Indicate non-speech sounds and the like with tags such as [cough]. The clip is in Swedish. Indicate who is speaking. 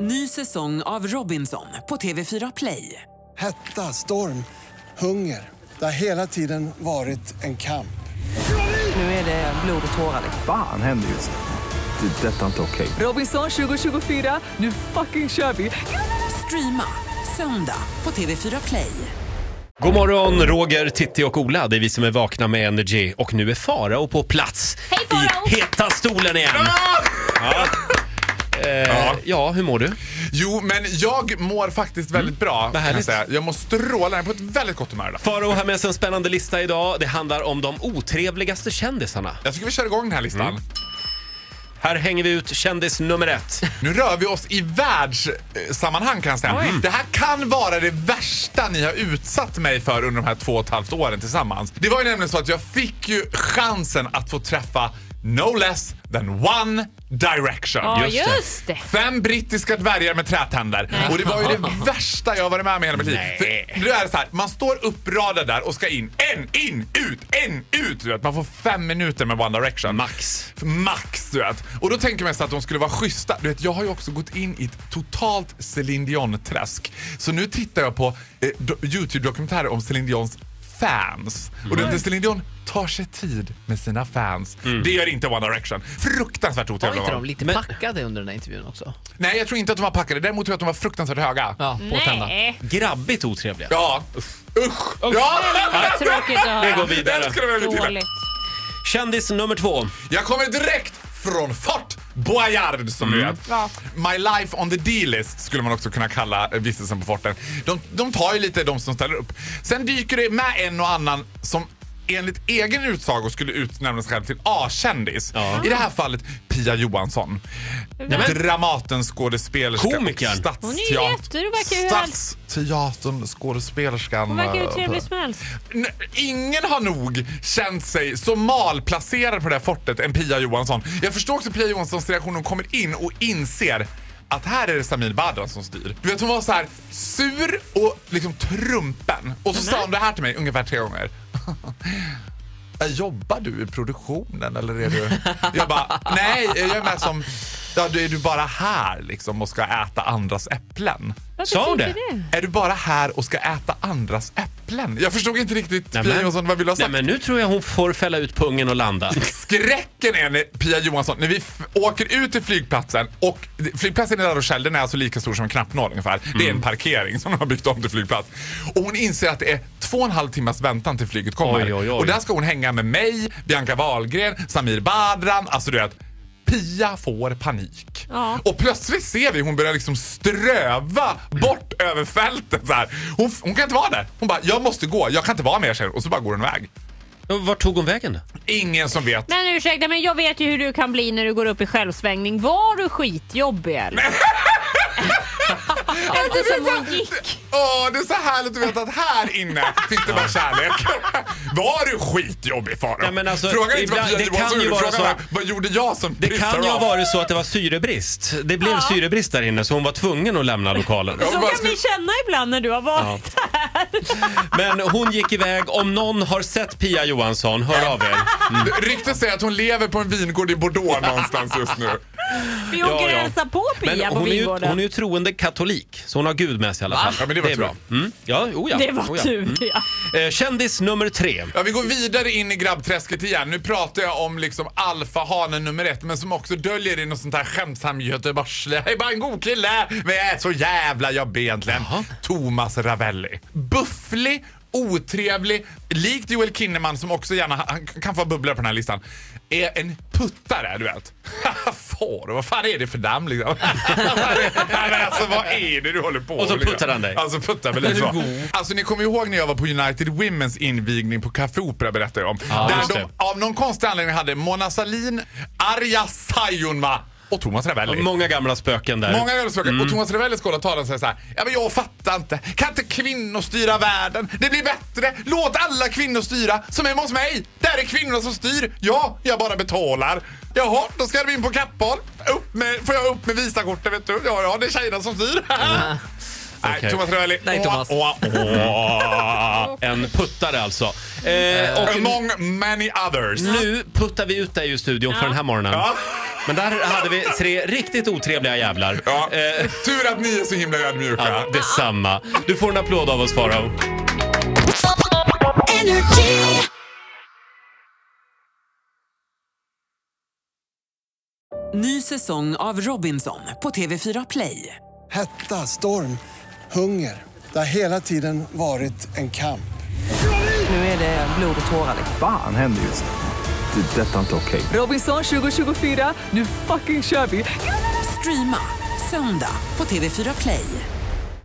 Speaker 1: Ny säsong av Robinson på TV4 Play.
Speaker 2: Hetta, storm, hunger. Det har hela tiden varit en kamp.
Speaker 1: Nu är det blod och tårar.
Speaker 3: Fan händer just nu. Det. är Detta är inte okej.
Speaker 1: Robinson 2024, nu fucking kör vi! Streama söndag på TV4 Play.
Speaker 4: God morgon, Roger, Titti och Ola. Det är vi som är vakna med Energy. Och nu är Farao på plats
Speaker 5: Hej, Farao!
Speaker 4: i heta stolen igen. Ja. Eh, ja. hur mår du?
Speaker 6: Jo, men jag mår faktiskt väldigt bra. Kan jag,
Speaker 4: härligt.
Speaker 6: säga. jag mår strålande på ett väldigt gott humör idag.
Speaker 4: Farao har med sig en spännande lista idag. Det handlar om de otrevligaste kändisarna.
Speaker 6: Jag tycker vi kör igång den här listan.
Speaker 4: Här hänger vi ut kändis nummer ett.
Speaker 6: Nu rör vi oss i världssammanhang kan jag säga. Det här kan vara det värsta ni har utsatt mig för under de här två och ett halvt åren tillsammans. Det var ju nämligen så att jag fick ju chansen att få träffa No less than one direction.
Speaker 5: Ja, just det.
Speaker 6: Fem brittiska dvärgar med trätänder. Och det var ju det
Speaker 7: [laughs]
Speaker 6: värsta jag har varit med om i hela mitt liv. För nu är det så här, man står uppradad där och ska in. En, in, ut, en, ut. Du vet, man får fem minuter med One Direction.
Speaker 4: Max.
Speaker 6: Max, du vet. Och då tänker man sig att de skulle vara schyssta. Du vet, jag har ju också gått in i ett totalt Céline Dion-träsk. Så nu tittar jag på eh, do- YouTube-dokumentärer om Céline Dions fans. Och du vet, Céline Dion tar sig tid med sina fans. Det gör inte One Direction. Fruktansvärt
Speaker 7: Var
Speaker 6: otrevliga
Speaker 7: inte de
Speaker 6: var.
Speaker 7: lite
Speaker 4: Men-
Speaker 7: packade under den här intervjun också?
Speaker 6: Nej, jag tror inte att de var packade. Däremot tror jag att de var fruktansvärt höga.
Speaker 7: Ja, på tända.
Speaker 5: Nej,
Speaker 4: Grabbigt otrevliga.
Speaker 6: Ja. Usch! Ja!
Speaker 5: vad tråkigt
Speaker 6: [laughs]
Speaker 5: att
Speaker 4: Vi
Speaker 5: höra.
Speaker 4: går vidare.
Speaker 6: Den skulle jag vilja till.
Speaker 5: Dåligt.
Speaker 4: Kändis nummer två.
Speaker 6: Jag kommer direkt från Fort Boyard som du vet. My life on the D-list skulle man också kunna kalla eh, vistelsen på forten. De, de tar ju lite de som ställer upp. Sen dyker det med en och annan som enligt egen utsago skulle utnämna sig själv till A-kändis. I det här fallet Pia Johansson. Dramaten, skådespelerska och
Speaker 4: Komikern.
Speaker 6: stadsteat-
Speaker 5: Hon är ju jätte- det verkar ju väl-
Speaker 6: Stadsteatern, skådespelerskan. eh,
Speaker 5: Hon verkar ju trevlig som helst.
Speaker 6: N- Ingen har nog känt sig så malplacerad på det här fortet än Pia Johansson. Jag förstår också Pia Johanssons reaktion när hon kommer in och inser att här är det Samir Badran som styr. Du vet hon var så här sur och liksom trumpen. Och så sa hon det här till mig ungefär tre gånger. [laughs] "Äh, Jobbar du i produktionen eller är du... [laughs] Jag bara, nej jag är med som... Ja, du är du bara här liksom och ska äta andras äpplen?
Speaker 5: Varför
Speaker 4: Sa hon
Speaker 5: tycker
Speaker 4: det?
Speaker 5: du?
Speaker 6: Är du bara här och ska äta andras äpplen? Jag förstod inte riktigt
Speaker 4: Nej,
Speaker 6: Pia
Speaker 4: men-
Speaker 6: Johansson vad jag ville ha
Speaker 4: Nej,
Speaker 6: sagt.
Speaker 4: men nu tror jag hon får fälla ut pungen och
Speaker 6: [laughs]
Speaker 4: landa.
Speaker 6: Skräcken är när Pia Johansson, när vi f- åker ut till flygplatsen och flygplatsen i La Rochelle den är alltså lika stor som en knappnål ungefär. Det
Speaker 4: Mm.
Speaker 6: är en parkering som de har byggt om till flygplats. Och hon inser att det är två och en halv timmas väntan till flyget kommer.
Speaker 4: Oj, oj, oj.
Speaker 6: Och där ska hon hänga med mig, Bianca Wahlgren, Samir Badran, alltså du vet. Pia får panik.
Speaker 5: Ja.
Speaker 6: Och plötsligt ser vi hon börjar liksom ströva bort över fältet. Så här. Hon, f- hon kan inte vara där. Hon bara, jag måste gå, jag kan inte vara med er säger hon. Och så bara går hon iväg.
Speaker 4: Vart tog hon vägen då?
Speaker 6: Ingen som vet.
Speaker 5: Men ursäkta, men jag vet ju hur du kan bli när du går upp i självsvängning. Var du skitjobbig eller? Eftersom hon gick.
Speaker 6: Åh, det är så härligt att veta att här inne finns det bara kärlek. [laughs] Var du skitjobbig
Speaker 4: Nej,
Speaker 6: Farao?
Speaker 4: men alltså,
Speaker 6: fråga inte
Speaker 4: ibland-
Speaker 6: vad Pia
Speaker 4: det kan
Speaker 6: Johansson
Speaker 4: ju
Speaker 6: gjorde,
Speaker 4: vara
Speaker 6: fråga
Speaker 4: så-
Speaker 6: vad, vad gjorde jag som
Speaker 4: Det kan ju ha varit så att det var syrebrist. Det blev syrebrist där inne så hon var tvungen att lämna lokalen.
Speaker 6: Ja.
Speaker 5: Så
Speaker 6: bara
Speaker 5: kan
Speaker 6: skulle-
Speaker 5: vi känna ibland när du har varit här.
Speaker 4: Men hon gick iväg. Om någon har sett Pia Johansson, hör
Speaker 5: [laughs]
Speaker 4: av er.
Speaker 6: Ryktet säger att hon lever på en vingård i Bordeaux någonstans just nu.
Speaker 5: Vi åker och
Speaker 4: ja.
Speaker 5: hälsar på
Speaker 4: Men
Speaker 5: Pia på
Speaker 4: hon är, ju, hon är
Speaker 5: vingården.
Speaker 4: ju troende katolik, så hon har Gud med sig i alla
Speaker 6: Va?
Speaker 4: fall.
Speaker 6: Ja, men det var
Speaker 4: är
Speaker 6: tur.
Speaker 4: bra. Mm. Ja, oh ja.
Speaker 5: Det var
Speaker 4: oh ja.
Speaker 5: tur ja.
Speaker 4: Eh, Kändis nummer tre.
Speaker 6: Ja, vi går vidare in i grabbträsket igen. Nu pratar jag om liksom alfahanen nummer ett, men som också döljer i något sånt här skämtsamt göteborgslig. Jag är bara en god kille, men jag är så jävla jobbig egentligen. Thomas Ravelli. Bufflig, otrevlig, likt Joel Kinnaman som också gärna han kan få bubblor på den här listan. Är en puttare, du vet. [laughs] Får, vad fan är det för damm liksom? [laughs] Nej, men alltså vad är det du håller på
Speaker 4: Och så
Speaker 6: med, liksom?
Speaker 4: puttar han dig.
Speaker 6: Alltså puttar väl lite så. Alltså ni kommer ju ihåg när jag var på United Womens invigning på Café Opera berättade jag om.
Speaker 4: Ja, just
Speaker 6: där
Speaker 4: det.
Speaker 6: de av någon konstig anledning hade Mona Sahlin, Arja Saijonmaa och Thomas Ravelli.
Speaker 4: Många gamla spöken där.
Speaker 6: Många överspråkare.
Speaker 4: Mm.
Speaker 6: Och Thomas Ravelli skulle tala och säga så här. Ja, men jag fattar inte. Kan inte kvinnor styra världen? Det blir bättre. Låt alla kvinnor styra. Som hemma hos mig. Där är kvinnorna som styr. Ja, jag bara betalar. Jaha, då ska vi in på Kappahl. Upp med, får jag upp med visakortet vet du. Ja, ja, det är tjejerna som styr. [laughs] Nej,
Speaker 4: Okej.
Speaker 6: Thomas Ravelli.
Speaker 7: Nej, Thomas.
Speaker 6: Åh, åh, åh.
Speaker 4: En puttare alltså. Eh, och Mm.
Speaker 6: Among many others.
Speaker 4: nu puttar vi ut dig ur studion för den här morgonen.
Speaker 6: Ja.
Speaker 4: Men där hade vi tre riktigt otrevliga jävlar.
Speaker 6: Ja.
Speaker 4: Eh,
Speaker 6: Tur att ni är så himla ödmjuka.
Speaker 4: ja, detsamma. Du får en applåd av oss, Farao.
Speaker 1: Ny säsong av Robinson på TV4 Play.
Speaker 2: Hetta, storm, hunger. Det har hela tiden varit en kamp.
Speaker 7: Nu är det blod och tårar.
Speaker 3: Fan händer just det. Det är detta inte okej.
Speaker 1: Robinson 2024, nu fucking kör vi! Streama söndag på TV4 Play.